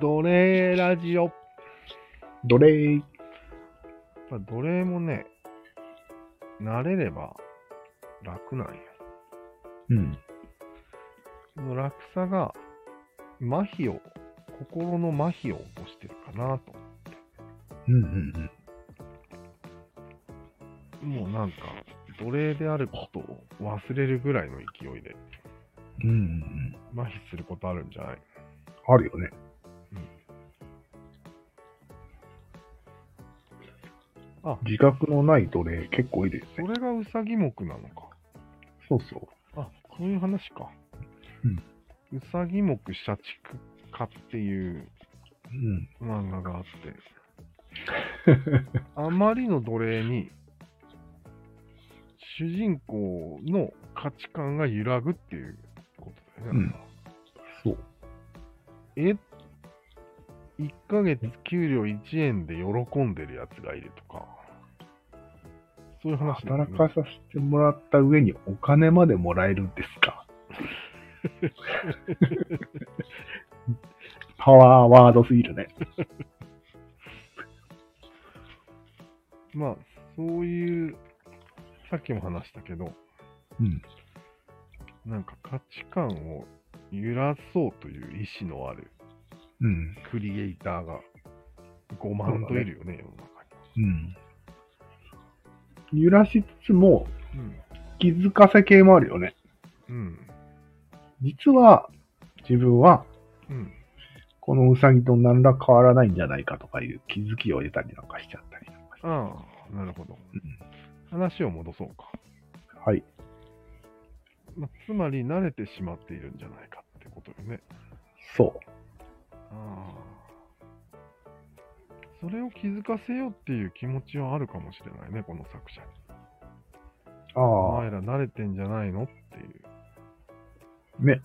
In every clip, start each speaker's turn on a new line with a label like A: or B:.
A: 奴隷ラジオ。
B: 奴隷。
A: まあ奴隷もね、慣れれば楽なんよ。
B: うん。
A: その楽さが、麻痺を、心の麻痺を起こしてるかなと。
B: うんうん
A: もうなんか、奴隷であることを忘れるぐらいの勢いで、
B: うん。うんうん
A: 麻痺することあるんじゃない
B: うん。あるよね。
A: あ、
B: 自覚のない奴隷結構いるよ
A: そ
B: ね。
A: れがウサギ目なのか。
B: そうそう。
A: あ、そういう話か。
B: うん。
A: うさぎ目社畜化っていう
B: うん。
A: 漫画があって、 あまりの奴隷に、主人公の価値観が揺らぐっていうことだよね。
B: うんそう。
A: え ?1 ヶ月給料1円で喜んでるやつがいるとか、そういう話だよね
B: 働かさせてもらった上にお金までもらえるんですか。パワーワードすぎるね。
A: まあ、そういう、さっきも話したけど、
B: うん。
A: なんか価値観を揺らそうという意志のある
B: うん。
A: クリエイターが5万といるよね、
B: うん。揺らしつつも
A: 世の中に。
B: 気づかせ系もあるよね。
A: うん。
B: 実は自分は
A: うん。
B: このウサギと何ら変わらないんじゃないかとかいう気づきを得たりなんかしちゃったりなんかして。
A: ああ、なるほど。話を戻そうか。
B: うんはい。
A: まあ、つまり慣れてしまっているんじゃないかってことよね。
B: そ
A: ああ。それを気づかせようっていう気持ちはあるかもしれないね、この作者に。
B: う。
A: お
B: ああ。
A: 前ら慣れてんじゃないのっていう。
B: ね。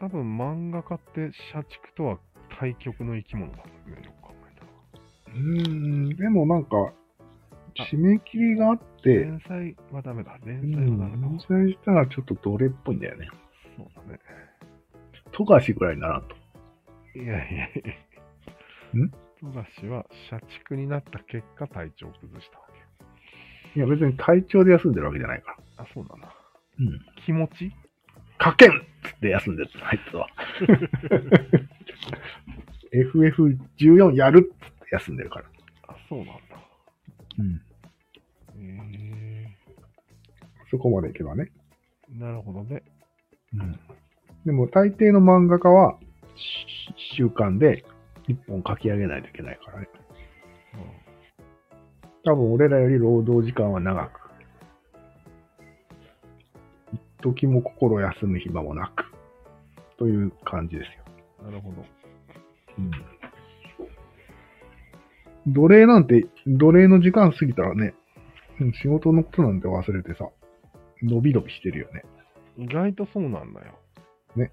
A: 多分漫画家って社畜とは対極の生き物だもんね、よく考えたら。
B: うーん。でもなんか、締め切りがあって、
A: 連載はダメだ。連
B: う
A: 載はダメだ。
B: ん。それしたらちょっと奴隷っぽいんだよね。
A: そうだね。
B: 富樫ぐらいにならんと。
A: いやいやいや。
B: ん
A: 富樫は社畜になった結果体調を崩したわけ。
B: いや別に体調で休んでるわけじゃないから。
A: あ、そうだな。
B: うん。
A: 気持ち
B: かけんっつって休んでるあいつは。FF14 やるっつって休んでるから。
A: あ、そうなんだ。
B: うん。
A: へ
B: そこまでいけばね。
A: えなるほどね。
B: でも大抵の漫画家はし週間で一本書き上げないといけないからね。
A: う
B: 多分俺らより労働時間は長く。一時も心を休む暇もなく。という感じですよ。
A: んなるほど。
B: 奴隷なんて、奴隷の時間過ぎたらね、うん仕事のことなんて忘れてさ、伸び伸びしてるよね。
A: 意外とそうなんだよ。
B: ね。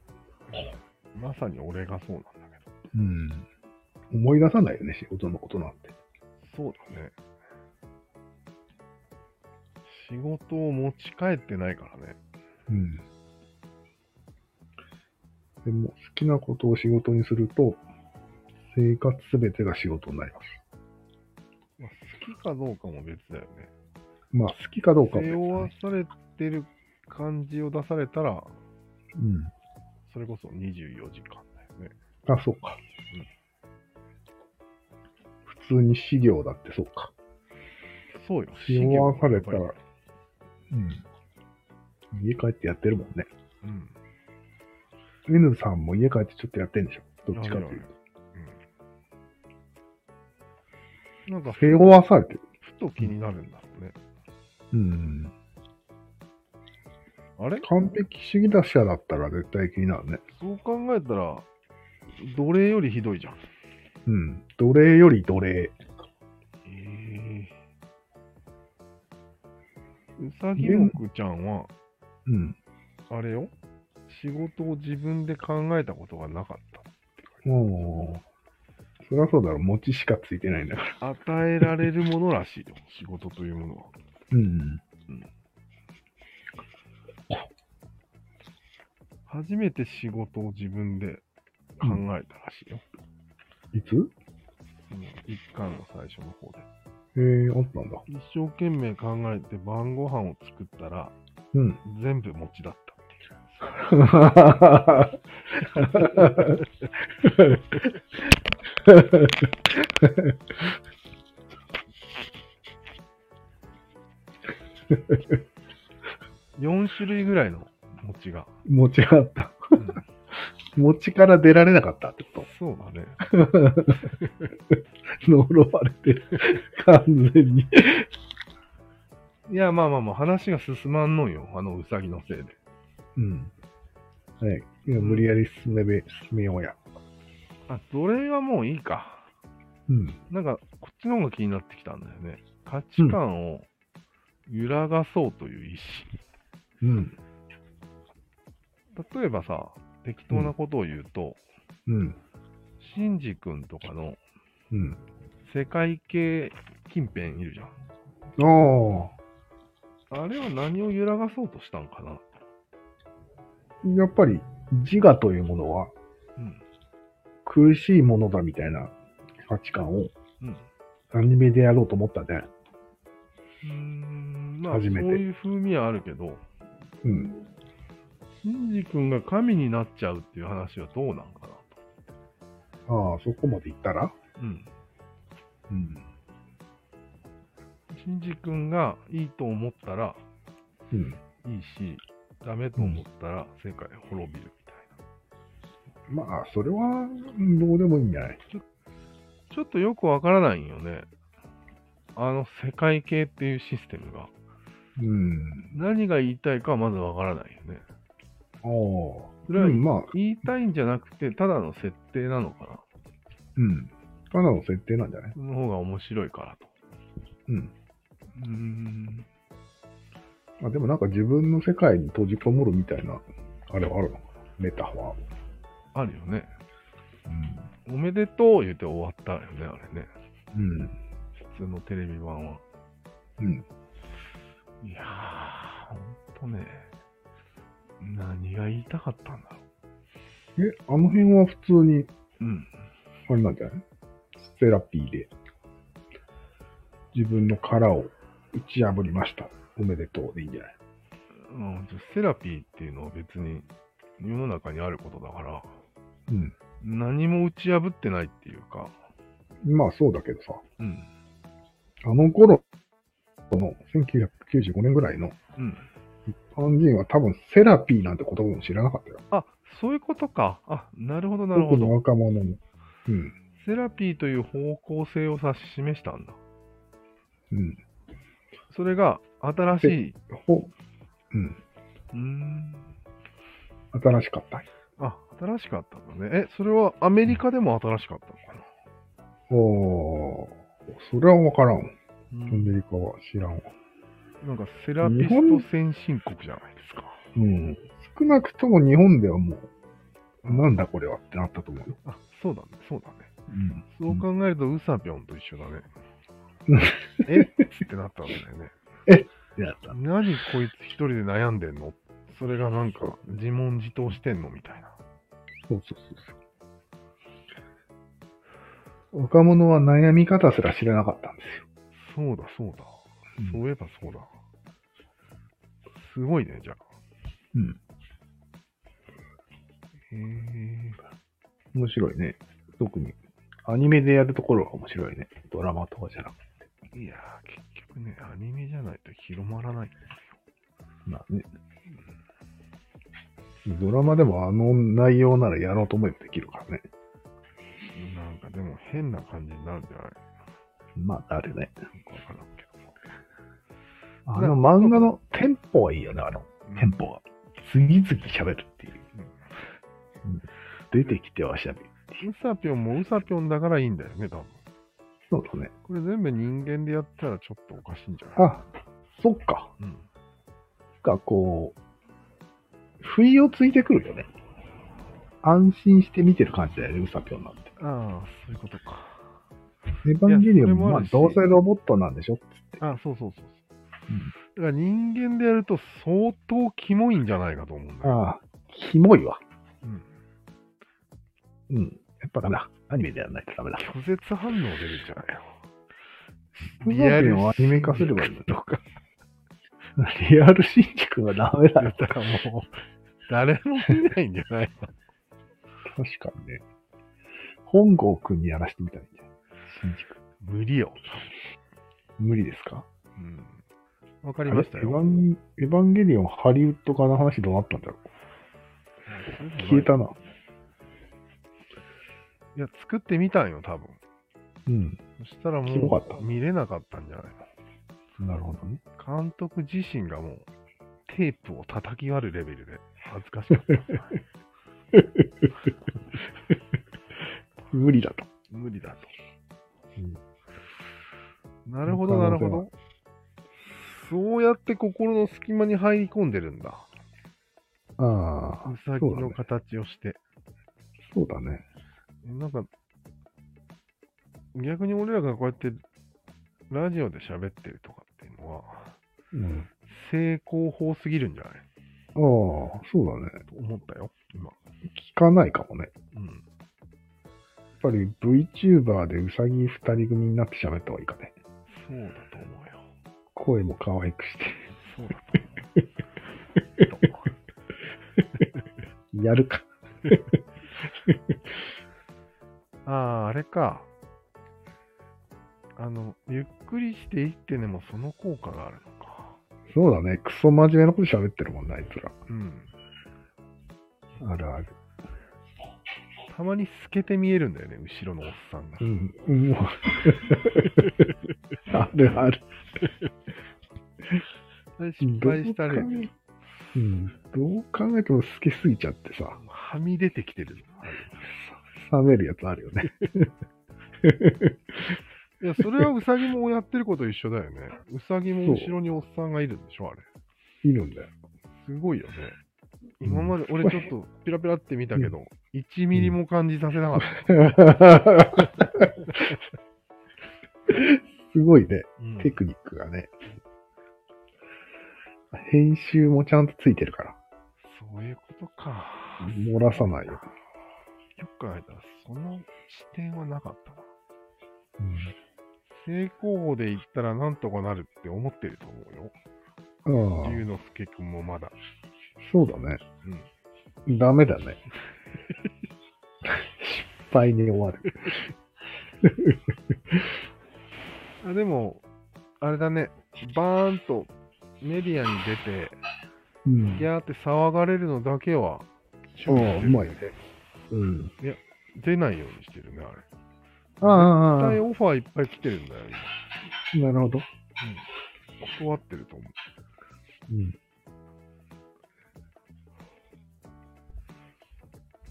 A: まさに俺がそうなんだけど。
B: うん。思い出さないよね、仕事のことなんて。
A: そうだね。仕事を持ち帰ってないからね。
B: うん。でも、好きなことを仕事にすると、生活すべてが仕事になります。
A: まあ、好きかどうかも別だよね。
B: まあ、好きかどうかも
A: 背
B: ね、
A: 負わされてる感じを出されたら、
B: う
A: それこそ24時間だよね。
B: ん。あ、そうか。普通に資料だってそうか。
A: そうよ。
B: 背負わされた
A: 資料
B: ら
A: はやっぱ、
B: うん。家帰ってやってるもんね。
A: りうん。
B: N さんも家帰ってちょっとやってんでしょどっちかと
A: やる
B: いう
A: や
B: と
A: る。うん。なんか、ふ
B: 背負わされてる。
A: と気になるんだろうね。
B: うん。
A: あれ
B: 完璧主義者だったら絶対気になるね。
A: そう考えたら、奴隷よりひどいじゃん。
B: うん。奴隷より奴隷。
A: ええうさぎもくちゃんは、
B: うん。
A: あれよ、仕事を自分で考えたことがなかっ
B: もう、そりゃそうだろ、餅しかついてないんだから。
A: た。与えられるものらしいよ、仕事というものは。
B: うん。
A: 初めて仕事を自分で考えたらしいよ。
B: いつ
A: うん一巻の最初の方で。
B: えー、あったんだ。
A: 一生懸命考えて晩ご飯を作ったら、
B: うん。
A: 全部餅だったっていう。4種類ぐらいの餅が。
B: 持ちがあった。
A: うん
B: 持ちから出られなかったってこ
A: そうだね。
B: と。呪われてる。完全に。
A: いや、まあまあまあ、話が進まんのんよ。あのうさぎのせいで。
B: うん。はい。いや無理やり進めべ、進めようや。
A: あ、奴隷はもういいか。
B: うん。
A: なんか、こっちの方が気になってきたんだよね。価値観を揺らがそうという意
B: うん。
A: 思。例えばさ、適当なことを言うと、
B: うん。
A: シンジ君とかの
B: うん。
A: 世界系近辺いるじゃん。
B: あ
A: あれは何を揺らがそうとしたんかな。
B: あ。やっぱり自我というものは
A: うん。
B: 苦しいものだみたいな価値観を
A: うん。う
B: アニメでやろうと思ったね。
A: ーんまあ、そう
B: 初めて
A: いう風味はあるけど、
B: うん。
A: シンジ君が神になっちゃうっていう話はどうなんかなと。
B: ああ、そこまで行ったら
A: うん。
B: うん。
A: シンジ君がいいと思ったら
B: うん。
A: いいし、ダメと思ったら世界滅びるみたいな。
B: まあ、それはうんどうでもいいんじゃない
A: ちょっとよくわからないんよね。あの世界系っていうシステムが。
B: うん。
A: 何が言いたいかはまずわからないよね。
B: ああ。
A: それは
B: うん、まあ、
A: 言いたいんじゃなくて、ただの設定なのかな。
B: うん。ただの設定なんじゃない
A: その方が面白いからと。
B: うん。
A: うーん。
B: あでもなんか自分の世界に閉じこもるみたいな、あれはあるのかなメタファー。
A: あるよね。おめでとう言って終わったよね、あれね。
B: うん。うん。
A: 普通のテレビ版は。
B: うん。
A: いやー、ほんとね。何が言いたかったんだろ
B: え、あの辺は普通に、
A: う。うん。
B: あれなんじゃないセラピーで、自分の殻を打ち破りました。おめでとうでいいんじゃない
A: うん、セラピーっていうのは別に世の中にあることだから、
B: うん。
A: 何も打ち破ってないっていうか、
B: まあそうだけどさ、
A: うん。
B: あの頃の1995年ぐらいの
A: うん。
B: 日本人は多分セラピーなんて言葉も知らなかったよ。
A: あ、そういうことか。あ、なるほど、なるほ
B: 特に
A: ど。
B: 若者も。うん。
A: セラピーという方向性を指し示したんだ。
B: うん。
A: それが新しい。
B: ほ、うん。
A: うーん。
B: 新しかった。
A: あ、新しかったんだね。え、それはアメリカでも新しかったのかな
B: おー、それはわからん。
A: う
B: ア
A: ん、
B: メリカは知らんわ。
A: なんかセラピスト先進国じゃないですか。
B: うん。少なくとも日本ではもう、なんだこれはってなったと思うよ。
A: あ、そうだね、そうだね。
B: うん。
A: そう考えるとウサピョンと一緒だね
B: うん。
A: えっつってなったんだよね。
B: やった。
A: 何こいつ一人で悩んでんのそれがなんか自問自答してんのみたいな。
B: そうそうそうそう。若者は悩み方すら知らなかったんですよ。
A: そうだ、そうだ。
B: うん
A: そういえばそうだ。すごいね、じゃあ。
B: うん。
A: へえ。
B: 面白いね。特に。アニメでやるところは面白いね。ドラマとかじゃなくて。
A: いやー、結局ね、アニメじゃないと広まらない。
B: まあね。ドラマでもあの内容ならやろうと思えばできるからね。
A: なんかでも変な感じになるんじゃない
B: まあ、あれね。
A: なんかわからんけども。
B: あの漫画のテンポはいいよね、あのテンポが。次々喋るっていう。うん出てきては喋る。
A: ウサピョンもウサピョンだからいいんだよね、多分。
B: そうだね。
A: これ全部人間でやったらちょっとおかしいんじゃない
B: あ、そっか。
A: うん。
B: がこう、不意をついてくるよね。安心して見てる感じだよね、ウサピョンなんて。
A: ああ、そういうことか。
B: エヴァンゲリオ
A: それ
B: ン
A: も
B: も、
A: あ
B: まあ
A: るし、
B: どうせロボットなんでしょ
A: あそうそうそうそう。
B: うん
A: だから人間でやると相当キモいんじゃないかと思うんだよ。
B: ああ、キモいわ。
A: うん
B: うん。やっぱダメだ。アニメでやらないとダメだ。
A: 拒絶反応出るじゃないよ。
B: リアルをアニメ化すればいいのに
A: とか、
B: リアルシンジ君はダメだよ。
A: だからもう、誰も見ないんじゃないの
B: 確かにね。本郷君にやらしてみたいんだよ。シンジ君。
A: 無理よ。
B: 無理ですか
A: うん。わかりました
B: あれエヴ
A: よ。
B: ァンエヴァンゲリオン、ハリウッド化の話どうなったんだろう消えたな。
A: いや、作ってみたんよ、多分。
B: うん。
A: そしたら
B: キモか
A: も
B: った
A: う、見れなかったんじゃない
B: なるほどね。
A: の監督自身がもう、テープを叩き割るレベルで、恥ずかしかった。
B: 無理だと。
A: 無理だと。
B: うん
A: なるほど、なるほど。そうやって心の隙間に入り込んでるんだ。
B: ああ
A: う、さぎの形をして。
B: そうだね。
A: なんか、逆に俺らがこうやってラジオで喋ってるとかっていうのは、
B: うん。
A: 成功法すぎるんじゃない
B: ああ、そうだね。
A: と思ったよ、今。
B: 聞かないかもね。
A: うん。
B: やっぱり VTuber でウサギ二人組になって喋った方がいいかね。
A: そうだと思うよ。
B: 声も可愛くして。
A: そうだと思う。
B: やるか。
A: ああ、あれか。あの、ゆっくりしていってねもその効果があるのか。
B: そうだね。クソ真面目なこと喋ってるもんな、あいつら。
A: うん。
B: あるある。
A: たまに透けて見えるんだよね、後ろのおっさんが
B: う。ん。うん、 もうあるある。
A: それ失敗したら、
B: どう考えうん。どう考えても透けすぎちゃってさ、
A: はみ出てきてる。
B: 冷めるやつあるよね。
A: いや、それはウサギもやってること一緒だよね。ウサギも後ろにおっさんがいるんでしょ、あれ。
B: いるんだよ。
A: すごいよね。
B: うん
A: 今まで俺ちょっとピラピラって見たけど、1ミリも感じさせなかった。
B: すごいね。
A: うん
B: テクニックがね。編集もちゃんとついてるから。
A: そういうことか。
B: 漏らさないよ。
A: よく考えたら、その視点はなかったな。正攻法で言ったらなんとかなるって思ってると思うよ。
B: うん、ああ
A: 龍之介くんもまだ。
B: そうだね。ダメだね。 失敗に終わる。
A: うん、あでも、あれだね、バーンとメディアに出て、
B: うん
A: ギャーって騒がれるのだけは、
B: ああ、うまいね。うん。
A: 出ないようにしてるね、あれ。
B: ああああ
A: 絶対オファーいっぱい来てるんだよ、
B: あ、なるほど。
A: 今。断ってると思う。
B: うん。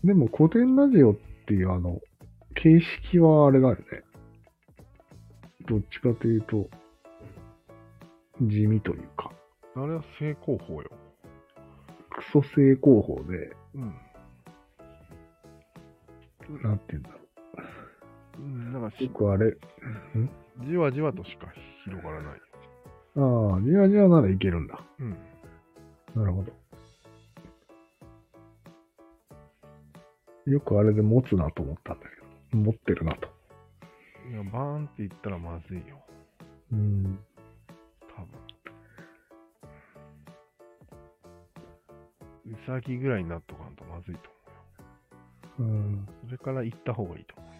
B: でも古典ラジオっていうあの、形式はあれだよね。どっちかというと、地味というか、
A: あれは正攻法よ。
B: クソ正攻法で、
A: うん。
B: なんて言うんだろ
A: うん、なんか
B: う。
A: し
B: よくあれ、
A: じわじわとしか広がらない。
B: ああ、じわじわならいけるんだ。
A: うん。
B: なるほど。よくあれで持つなと思ったんだけど、持ってるなと。
A: いや、バーンって言ったらまずいよ。
B: うん。
A: 多分。うさぎぐらいになっとかんとまずいと
B: うん。
A: 思う。それから行った方がいいと思うよ。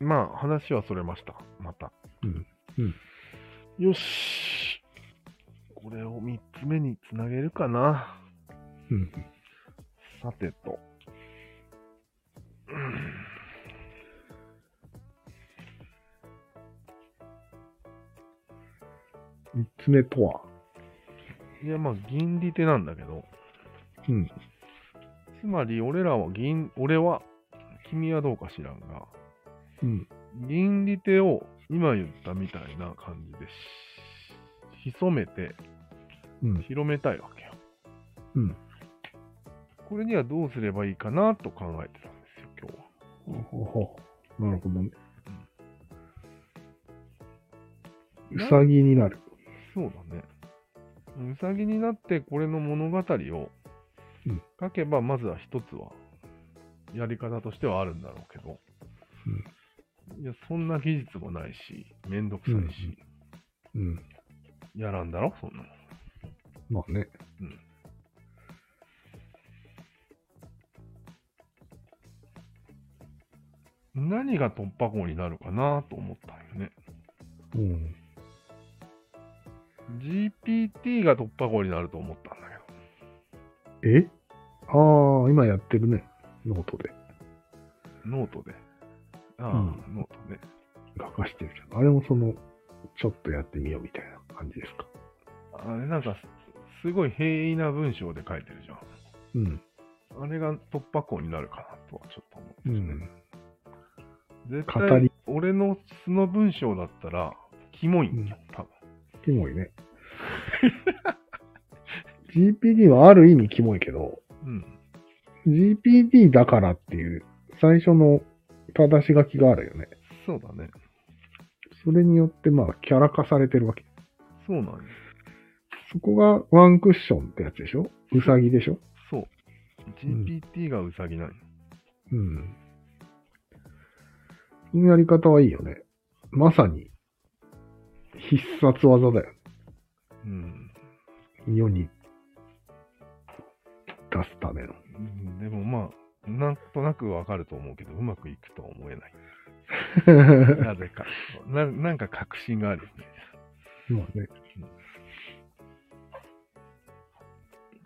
A: まあ、話はそれました。また。
B: うんうん
A: よし。これを3つ目につなげるかな。
B: うん。
A: さてと。うん
B: 三つ目とは。
A: いや、まあ、銀利手なんだけど。
B: うん。
A: つまり、俺らは銀、俺は、君はどうか知らんが、
B: うん。
A: 銀利手を今言ったみたいな感じでし、潜めて
B: うん。
A: 広めたいわけよ。
B: うん。
A: これにはどうすればいいかなと考えてたんですよ、今日は。
B: ほほほ。なるほどね。うさぎになる。
A: そうだね。うさぎになってこれの物語を
B: うん
A: 書けば、まずは一つは、やり方としてはあるんだろうけど、いや、そんな技術もないし、めんどくさいし、
B: うん。
A: やらんだろ、そんなの。
B: まあね。
A: うん何が突破口になるかなと思ったんよね。
B: うん。
A: GPT が突破口になると思ったんだけ
B: えああ、今やってるね。ノートで
A: ど、ノートで。ああ、
B: う
A: ノートで。
B: 書かしてるじゃん。あれもその、ちょっとやってみようみたいな感じですか。
A: あれなんかす、すごい平易な文章で書いてるじゃん。
B: うん。
A: あれが突破口になるかなとはちょっと思って
B: う
A: るね。
B: ん。
A: 絶
B: 語
A: 対
B: り、
A: 俺の素の文章だったら、キモいんだよ、多分。
B: キモいね。GPD はある意味キモいけど、
A: うん。
B: GPD だからっていう最初の正し書きがあるよね。
A: そうだね。
B: それによってまあキャラ化されてるわけ。
A: そうなんよ。
B: そこがワンクッションってやつでしょうさぎでしょ
A: そう。
B: ん
A: GPT がウサギなんよ。
B: うん。そのやり方はいいよね。まさに必殺技だよ。
A: うん。
B: 世に出すための。
A: うんでもまあ、なんとなくわかると思うけど、うまくいくとは思え ない。なぜか。ななんか確信があるよね。
B: まあね。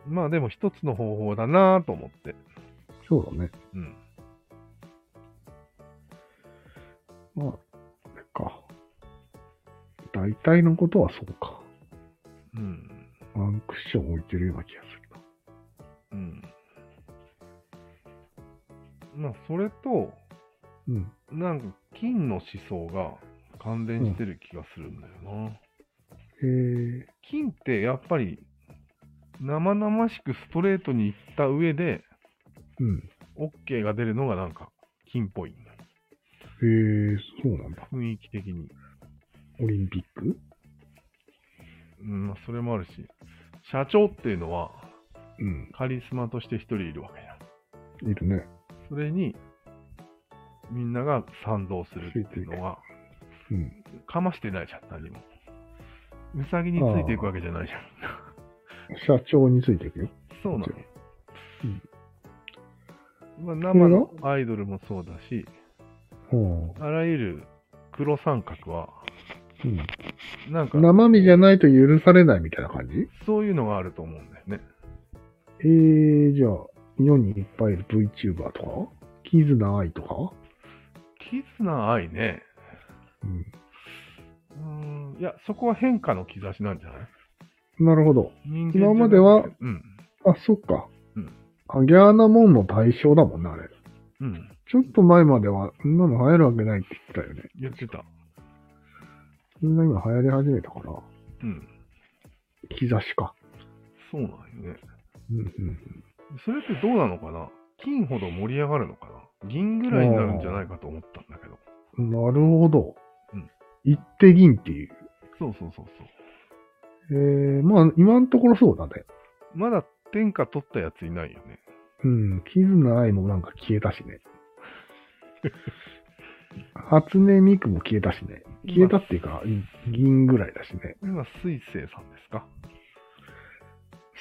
A: まあでも一つの方法だなぁと思って。
B: そうだね。
A: うん。
B: まあ、あれか。大体のことはそうか。
A: うん。
B: ワンクッション置いてるような気がするな。
A: うん。まあ、それと、
B: うん。
A: なんか金の思想が関連してる気がするんだよな。
B: へえ
A: 金ってやっぱり生々しくストレートにいった上で
B: うん。
A: OK が出るのがなんか金っぽいんだよ
B: へえそうなんだ。
A: 雰囲気的に、
B: オリンピック
A: うんまあ、それもあるし社長っていうのは
B: うん。
A: カリスマとして一人いるわけじゃん
B: いるね。
A: それにみんなが賛同するっていうのは
B: うん。
A: かましてないじゃん何もうさぎについていくわけじゃないじゃん
B: 社長についていくよ。
A: そうなのよ、
B: うん
A: まあ、生のアイドルもそうだし
B: ほ
A: あらゆる黒三角は、
B: う。うん。
A: なんか、
B: 生身じゃないと許されないみたいな感じへ
A: そういうのがあると思うんだよね。
B: えじゃあ、世にいっぱいいる VTuber とかキズナアイとか
A: キズナ愛ね。
B: うん。
A: うーん、いや、そこは変化の兆しなんじゃない
B: なるほど。
A: 人間
B: 今までは
A: じゃなくてうん。
B: あ、そっか。
A: うん。
B: あギャーなもんの対象だもんな、あれ。
A: うん。
B: ちょっと前までは、そんなの流行るわけないって言ってたよね。
A: 言ってた。
B: みんな今流行り始めたから、
A: うん。
B: 兆しか。
A: そうなんよね。
B: うんうん。
A: それってどうなのかな金ほど盛り上がるのかな銀ぐらいになるんじゃないかと思ったんだけど。
B: なるほど。
A: うん。
B: 一手銀っていう。
A: そうそうそうそう。
B: えー、まあ、今のところそうだね。
A: まだ天下取ったやついないよね。
B: うん。キズナアイもなんか消えたしね。 初音ミクも消えたしね。消えたっていうか、銀ぐらいだしね。
A: 今、水星さんですか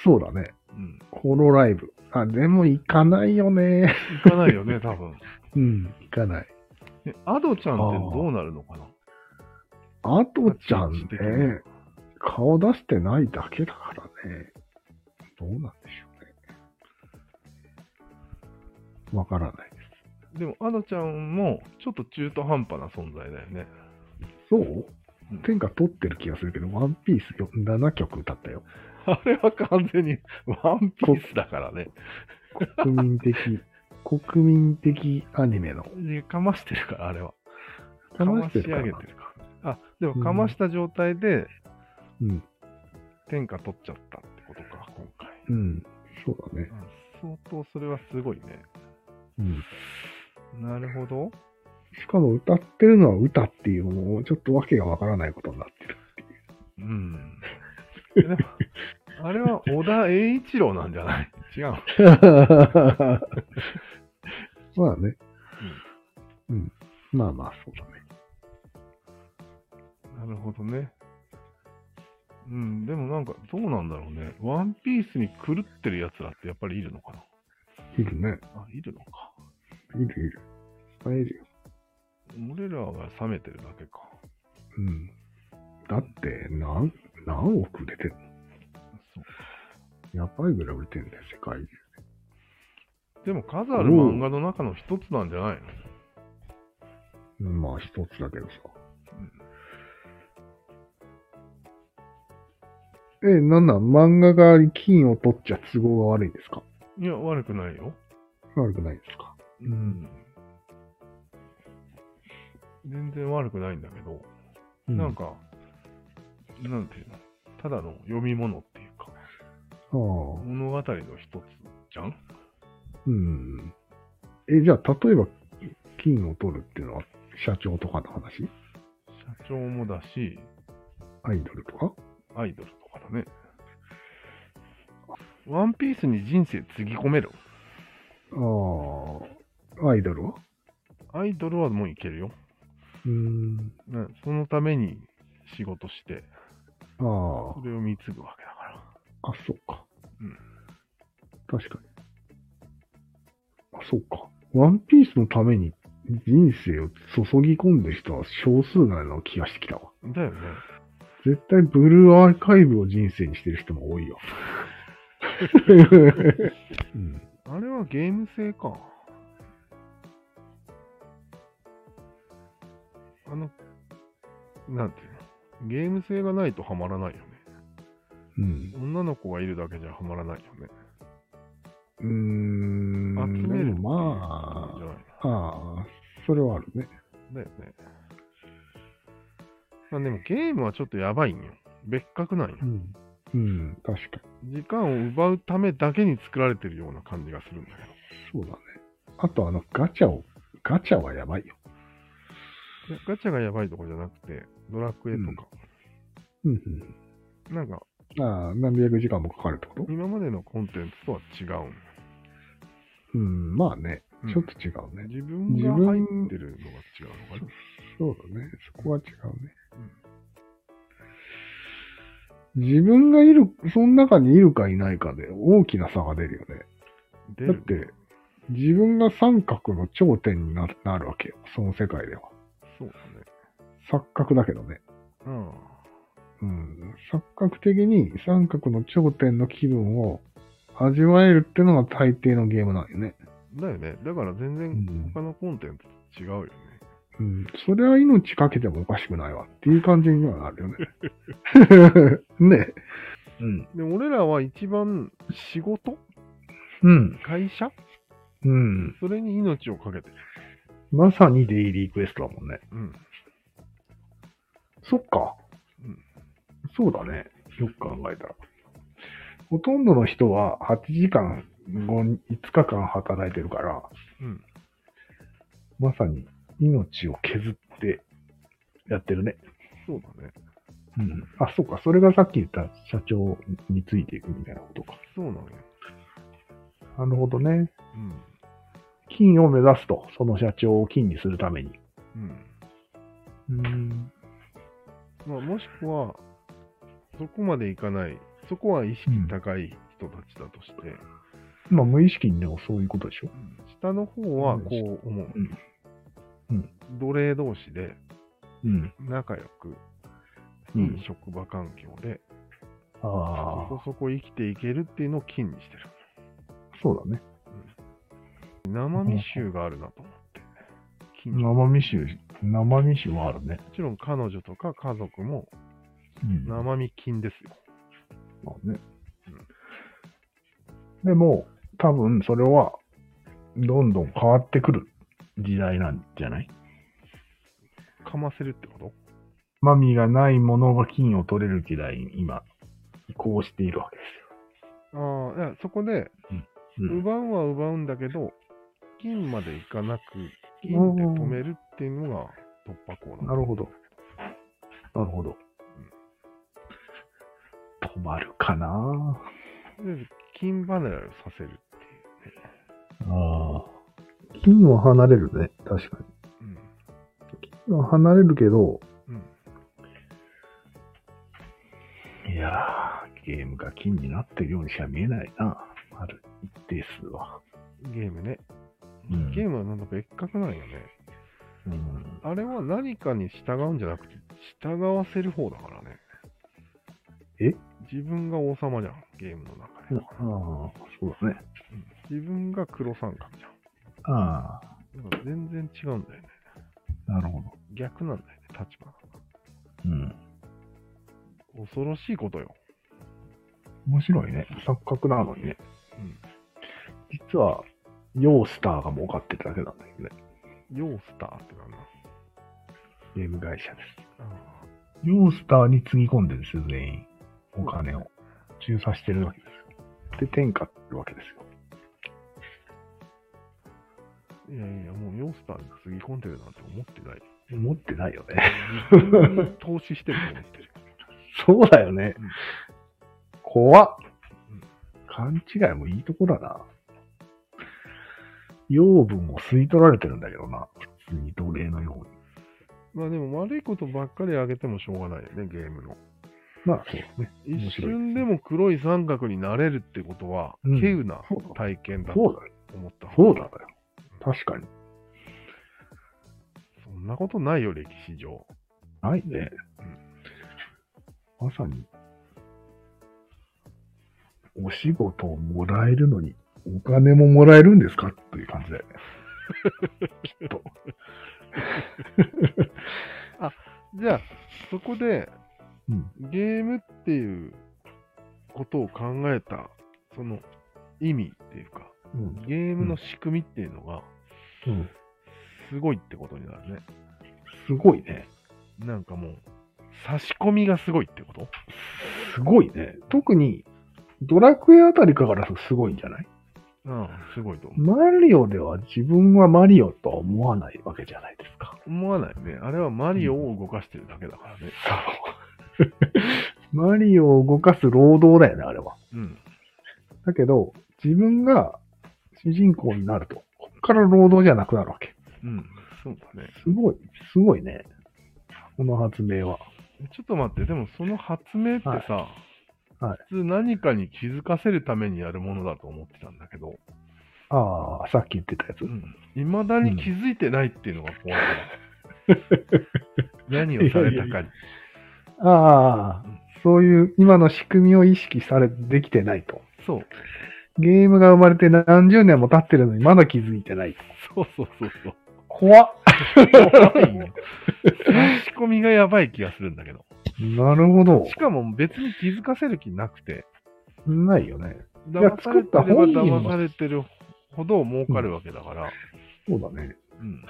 B: そうだね。
A: うん。
B: ホロライブ。あ、でも行かないよね。
A: 行かないよね、多分。
B: うん、行かない。
A: え、アドちゃんってどうなるのかな
B: あとちゃん
A: 立ち位置的に
B: ね。顔出してないだけだからね。どうなんでしょうね。わからないで
A: でも、アドちゃんも、ちょっと中途半端な存在だよね。
B: す。そう
A: うん
B: 天下取ってる気がするけど、ワンピースよ7曲歌ったよ。
A: あれは完全に、ワンピースだからね。
B: 国民的、国民的アニメの。
A: かましてるから、あれは。か
B: か
A: ま
B: ま
A: し
B: して
A: 上
B: るから
A: げてるから。あ、でも、かました状態で、
B: うん。
A: 天下取っちゃったってことか、今回。
B: うん。そうだね。
A: うん相当それはすごいね。
B: うん。
A: なるほど。
B: しかも歌ってるのは歌っていう、もうちょっとわけがわからないことに なってる。
A: うん。でもあれは小田栄一郎なんじゃない違うの。
B: まあね。うん。まあまあ、そうだね。
A: なるほどね。うん、でもなんか、どうなんだろうね。ワンピースに狂ってる奴らってやっぱりいるのかない
B: るね。
A: あ、いるのか。
B: いるいる。いっぱいいるよ。
A: 俺らが冷めてるだけか。
B: うん。だって、何、何億売れてる
A: そう
B: のやばいぐらい売れてるんだよ、世界中。
A: でも数ある漫画の中の一つなんじゃないの
B: うんまあ、一つだけどさ。え、なんなん漫画が金を取っちゃ都合が悪いんですか
A: いや、悪くないよ。
B: 悪くないですか
A: うん。全然悪くないんだけど、
B: う
A: なんか、なんていうのただの読み物っていうか、
B: ああ。
A: 物語の一つじゃん
B: うん。え、じゃあ、例えば、金を取るっていうのは、社長とかの話
A: 社長もだし、
B: アイドルとか
A: アイドルとかだね。ワンピースに人生つぎ込める。
B: ああ。アイドルは
A: アイドルはもういけるよ。
B: うーん。
A: ねそのために仕事して、
B: ああ
A: そ。れを貢ぐわけだから。
B: あ、そうか。
A: うん。
B: 確かに。あ、そうか。ワンピースのために人生を注ぎ込んでる人は少数なの気がしてきたわ。
A: だよね。
B: 絶対ブルーアーカイブを人生にしてる人も多いよ。うん、
A: あれはゲーム性か。あの、なんていうの。ゲーム性がないとハマらないよね。
B: うん。
A: 女の子がいるだけじゃハマらないよね。
B: うーん。
A: 集めるってい
B: で
A: うこ
B: も
A: とじ
B: ま
A: ゃない
B: あ、ああ、それはあるね。
A: の。だよね。まあでもゲームはちょっとやばいんよ。別格なんよ
B: う。ん。うん、確かに。
A: 時間を奪うためだけに作られてるような感じがするんだけど。
B: そうだね。あと、あの、ガチャを、ガチャはやばいよ。
A: いやガチャがやばいとこじゃなくて、ドラクエとか、
B: うん、うん。
A: なんか
B: ああ、何百時間もかかるってこと
A: 今までのコンテンツとは違うん
B: うん、まあね、
A: うん
B: ちょっと違うね。
A: 自分が入ってるのが違うのかな。
B: そうだね、そこは違うね。自分がいる、その中にいるかいないかで大きな差が出るよね。
A: 出
B: だっ
A: る
B: て、自分が三角の頂点にななるわけよ、その世界では。
A: そうだね。
B: 錯覚だけどね。
A: うん。
B: うん、錯覚的に三角の頂点の気分を味わえるってのが大抵のゲームなんよね。
A: だよね。だから全
B: う
A: 然
B: ん
A: 他のコンテンツと違うよね。
B: うん、それは命かけてもおかしくないわっていう感じにはなるよね。ね。うん。
A: で、俺らは一番仕事
B: うん。
A: 会社
B: うん。
A: それに命をかけてる。
B: まさにデイリークエストだもんね。
A: うん。
B: そっか。
A: うん
B: そうだね。よく考えたら。ほとんどの人は8時間後に5日間働いてるから、
A: うん。
B: まさに命を削ってやってるね。
A: そうだね。
B: うん。あ、そうか。それがさっき言った社長についていくみたいなことか。
A: そうなのよ。
B: なるほどね。
A: うん。
B: 金を目指すと、その社長を金にするために。
A: うん。
B: うん。
A: まあ、もしくは、そこまでいかない、そこは意識高い人たちだとして、
B: まあ無意識にでもそういうことでしょ。
A: 下の方はこう思う。
B: うんうん
A: 奴隷同士で
B: うん。
A: 仲良く、
B: うん
A: いい職場環境で、
B: あ
A: そこそこ生きていけるっていうのを金にしてる。
B: あ、そうだね。
A: 生身臭があるなと思って。金も
B: 生身臭、生身臭はあるね。
A: ちろん彼女とか家族も
B: うんま
A: 生身金ですよ。
B: あね。でも、多分それは、どんどん変わってくる時代なんじゃない
A: かませるってこと
B: マミがないものが金を取れる時代に今、移行しているわけで
A: ああ、いやそこで、
B: すよ。うん
A: 奪うは奪うんだけど、金までいかなく、金で止めるっていうのが突破口なの。
B: なるほど。なるほど。止まるかな
A: とりあえず金離れをさせるっていう。
C: ああ。金は離れるね。確か
A: うん。
C: に。離れるけど、
A: うん。
C: いや
B: ゲームが金になってるようにしか見えないな。ある一定数は。
A: ゲームね。
B: うん
A: ゲームはなんか別格なんよね。
B: うん。
A: あれは何かに従うんじゃなくて、従わせる方だからね。
B: え
A: 自分が王様じゃん、ゲームの中
B: あ
A: で。
B: あ、そうだね。
A: 自分が黒三角じゃ
B: あ
A: ん。だから全然違うんだよね。
B: あ、なるほど。
A: 逆なんだよね、立場が。
B: うん。
A: 恐ろしいことよ。
B: 面白いね。錯覚なのにね。
A: うん。
B: 実は、ヨースターが儲かってるだけなんだけどね。
A: ヨースターってなんだ。
B: ゲーム会社です。
A: あ
B: ヨースターにつぎ込んでるんですよ、全員。お金を。中査してるわけです。で、天下ってわけですよ。
A: ーいやいや、もうヨースターにつぎ込んでるなんて思って ない。
B: 持ってないよね。
A: 自分に投資してると思ってる。
B: そうだよね
A: うん。
B: 怖っ
A: うん。
B: 勘違いもいいとこだな。養分を吸い取られてるんだけどな。普通に奴隷のように。
A: まあでも悪いことばっかりあげてもしょうがないよね、ゲームの。
B: まあ、そうね。
A: 一
B: 面白い
A: 瞬でも黒い三角になれるってことは、
B: うん
A: 稀有な体験だ
B: そう
A: と
B: だよ。
A: 思った。
B: そうだよ。確かに。
A: そんなことないよ、歴史上。
B: ないね。まさに、お仕事をもらえるのに、お金ももらえるんですかという感じだよね。きっと。
A: じゃあ、そこで、
B: うん
A: ゲームっていうことを考えた、その意味っていうか、
B: うん。
A: ゲームの仕組みっていうのが、
B: うん。
A: すごいってことになるね。
B: すごいね。
A: なんかもう、差し込みがすごいってこと
B: すごいね。特に、ドラクエあたりからすごいんじゃない
A: うん、すごいと思う。
B: マリオでは自分はマリオとは思わないわけじゃないですか。
A: 思わないね。あれはマリオを動かしてるだけだからね。
B: そう。マリオを動かす労働だよね、あれは。
A: うん。
B: だけど、自分が主人公になると、こっから労働じゃなくなるわけ。
A: うん、そうだね。
B: すごい、すごいね。この発明は。
A: ちょっと待って、でもその発明ってさ、
B: いはい
A: 普通何かに気づかせるためにやるものだと思ってたんだけど、
B: ああ、さっき言ってたやつ。
A: いまだに気づいてないっていうのが怖い。 何をされたかに。
B: ああ
A: うん、
B: そういう今の仕組みを意識されてできてないと。
A: そう、
B: ゲームが生まれて何十年も経ってるのにまだ気づいてない
A: そ
B: と。
A: うそうそうそう。
B: 怖っ
A: 怖 いね。差し込みがやばい気がするんだけど。
B: なるほど
A: し。かも別に気づかせる気なくて、
B: ないよね。や
A: 騙されてれば
B: 作った本人も
A: 騙されてるほど儲かるわけだから。
B: そうだね。
A: うん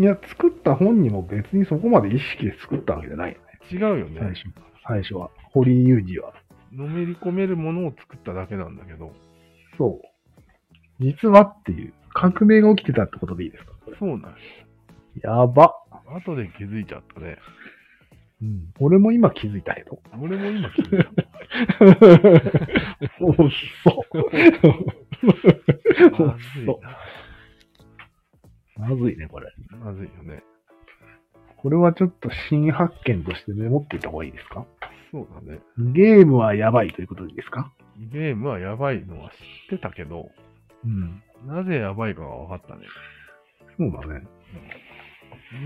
B: いや、作った本人も別にそこまで意識で作ったわけじゃないよね。
A: 違うよね。
B: 最初。最初は。堀井裕二は。
A: のめり込めるものを作っただけなんだけど、
B: そう。実はっていう。革命が起きてたってことでいいですかこれ
A: そうなんよ
B: やば。
A: 後で気づいちゃったね。
B: うん。俺も今気づいたけど。
A: 俺も今気づ いた。
B: おっそ。
A: まずいな。
B: まずいね、これ。
A: まずいよね。
B: これはちょっと新発見としてメモっていた方がいいですか
A: そうだね。
B: ゲームはやばいということでいいですか
A: ゲームはやばいのは知ってたけど、
B: うん。
A: なぜやばいかが分かったね。
B: そうだね。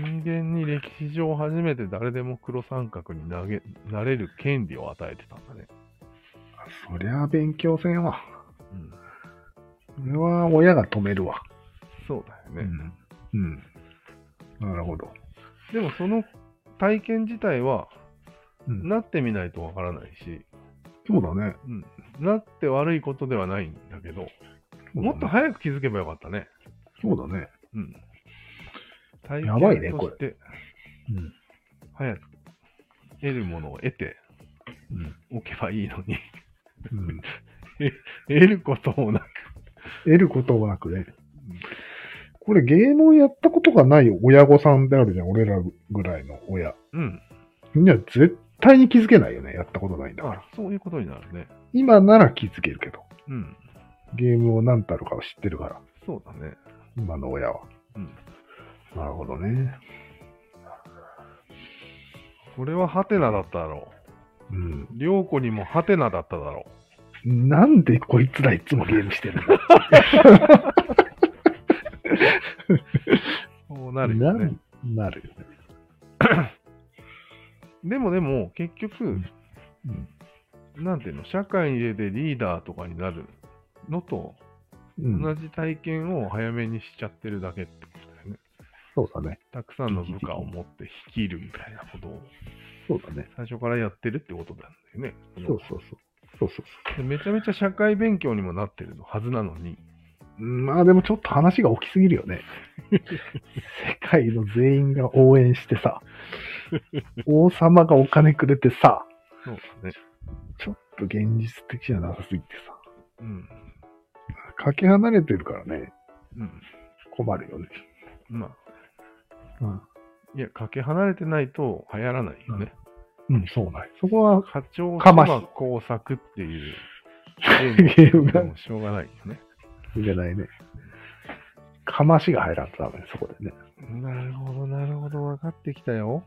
A: 人間に歴史上初めて誰でも黒三角に投げなれる権利を与えてたんだね。
B: そりゃ勉強せんわ。
A: うん。
B: これは親が止めるわ。
A: そうだよね。
B: うん。うん。なるほど。
A: でもその体験自体は、
B: うん
A: なってみないとわからないし、
B: そうだね。
A: なって悪いことではないんだけど、もっと早く気づけばよかったね。
B: そうだね。
A: うん。体
B: やばいね
A: 験として
B: うん。
A: 早く得るものを得て
B: うん
A: おけばいいのに、
B: うん、
A: 得ることもなく。
B: 得ることもなくね。これゲームをやったことがない親御さんであるじゃん。俺らぐらいの親。
A: うん。
B: みんな絶対に気づけないよね。やったことないんだから。
A: あそういうことになるね。
B: 今なら気づけるけど。
A: うん。
B: ゲームを何たるかを知ってるから。
A: そうだね。
B: 今の親は。
A: うん。
B: なるほどね。
A: これはハテナだっただろ
B: うん。
A: う。良子にもハテナだっただろ
B: なんでこいつらいつもゲームしてるんだ
A: う。そうなるよね。
B: ななるよね。
A: でもでも、結局、
B: うん
A: なんていうの、社会に出てリーダーとかになるのと
B: うん
A: 同じ体験を早めにしちゃってるだけってことだよね。
B: そうだね。
A: たくさんの部下を持って率いるみたいなことを
B: そうだね。
A: 最初からやってるってことなんだよね。
B: そうそうそう。そうそう
A: でめちゃめちゃ社会勉強にもなってるはずなのに。
B: そう。まあでもちょっと話が大きすぎるよね。世界の全員が応援して さ、王様がお金くれてさ、
A: そうだね。
B: ちょっと現実的じゃなさすぎてさ、
A: うん。
B: かけ離れてるからね、
A: うん。
B: 困るよね。
A: まあ、
B: うん。
A: いや、かけ離れてないと流行らないよね。
B: うん、そうなんよそこは
A: 課長
B: かまし
A: 島工作って いう
B: ゲーム
A: で
B: が
A: もしょうがないよね。
B: いけないね。かましが入らんとダメね、そこでね。
A: なるほど、なるほど、分かってきたよ。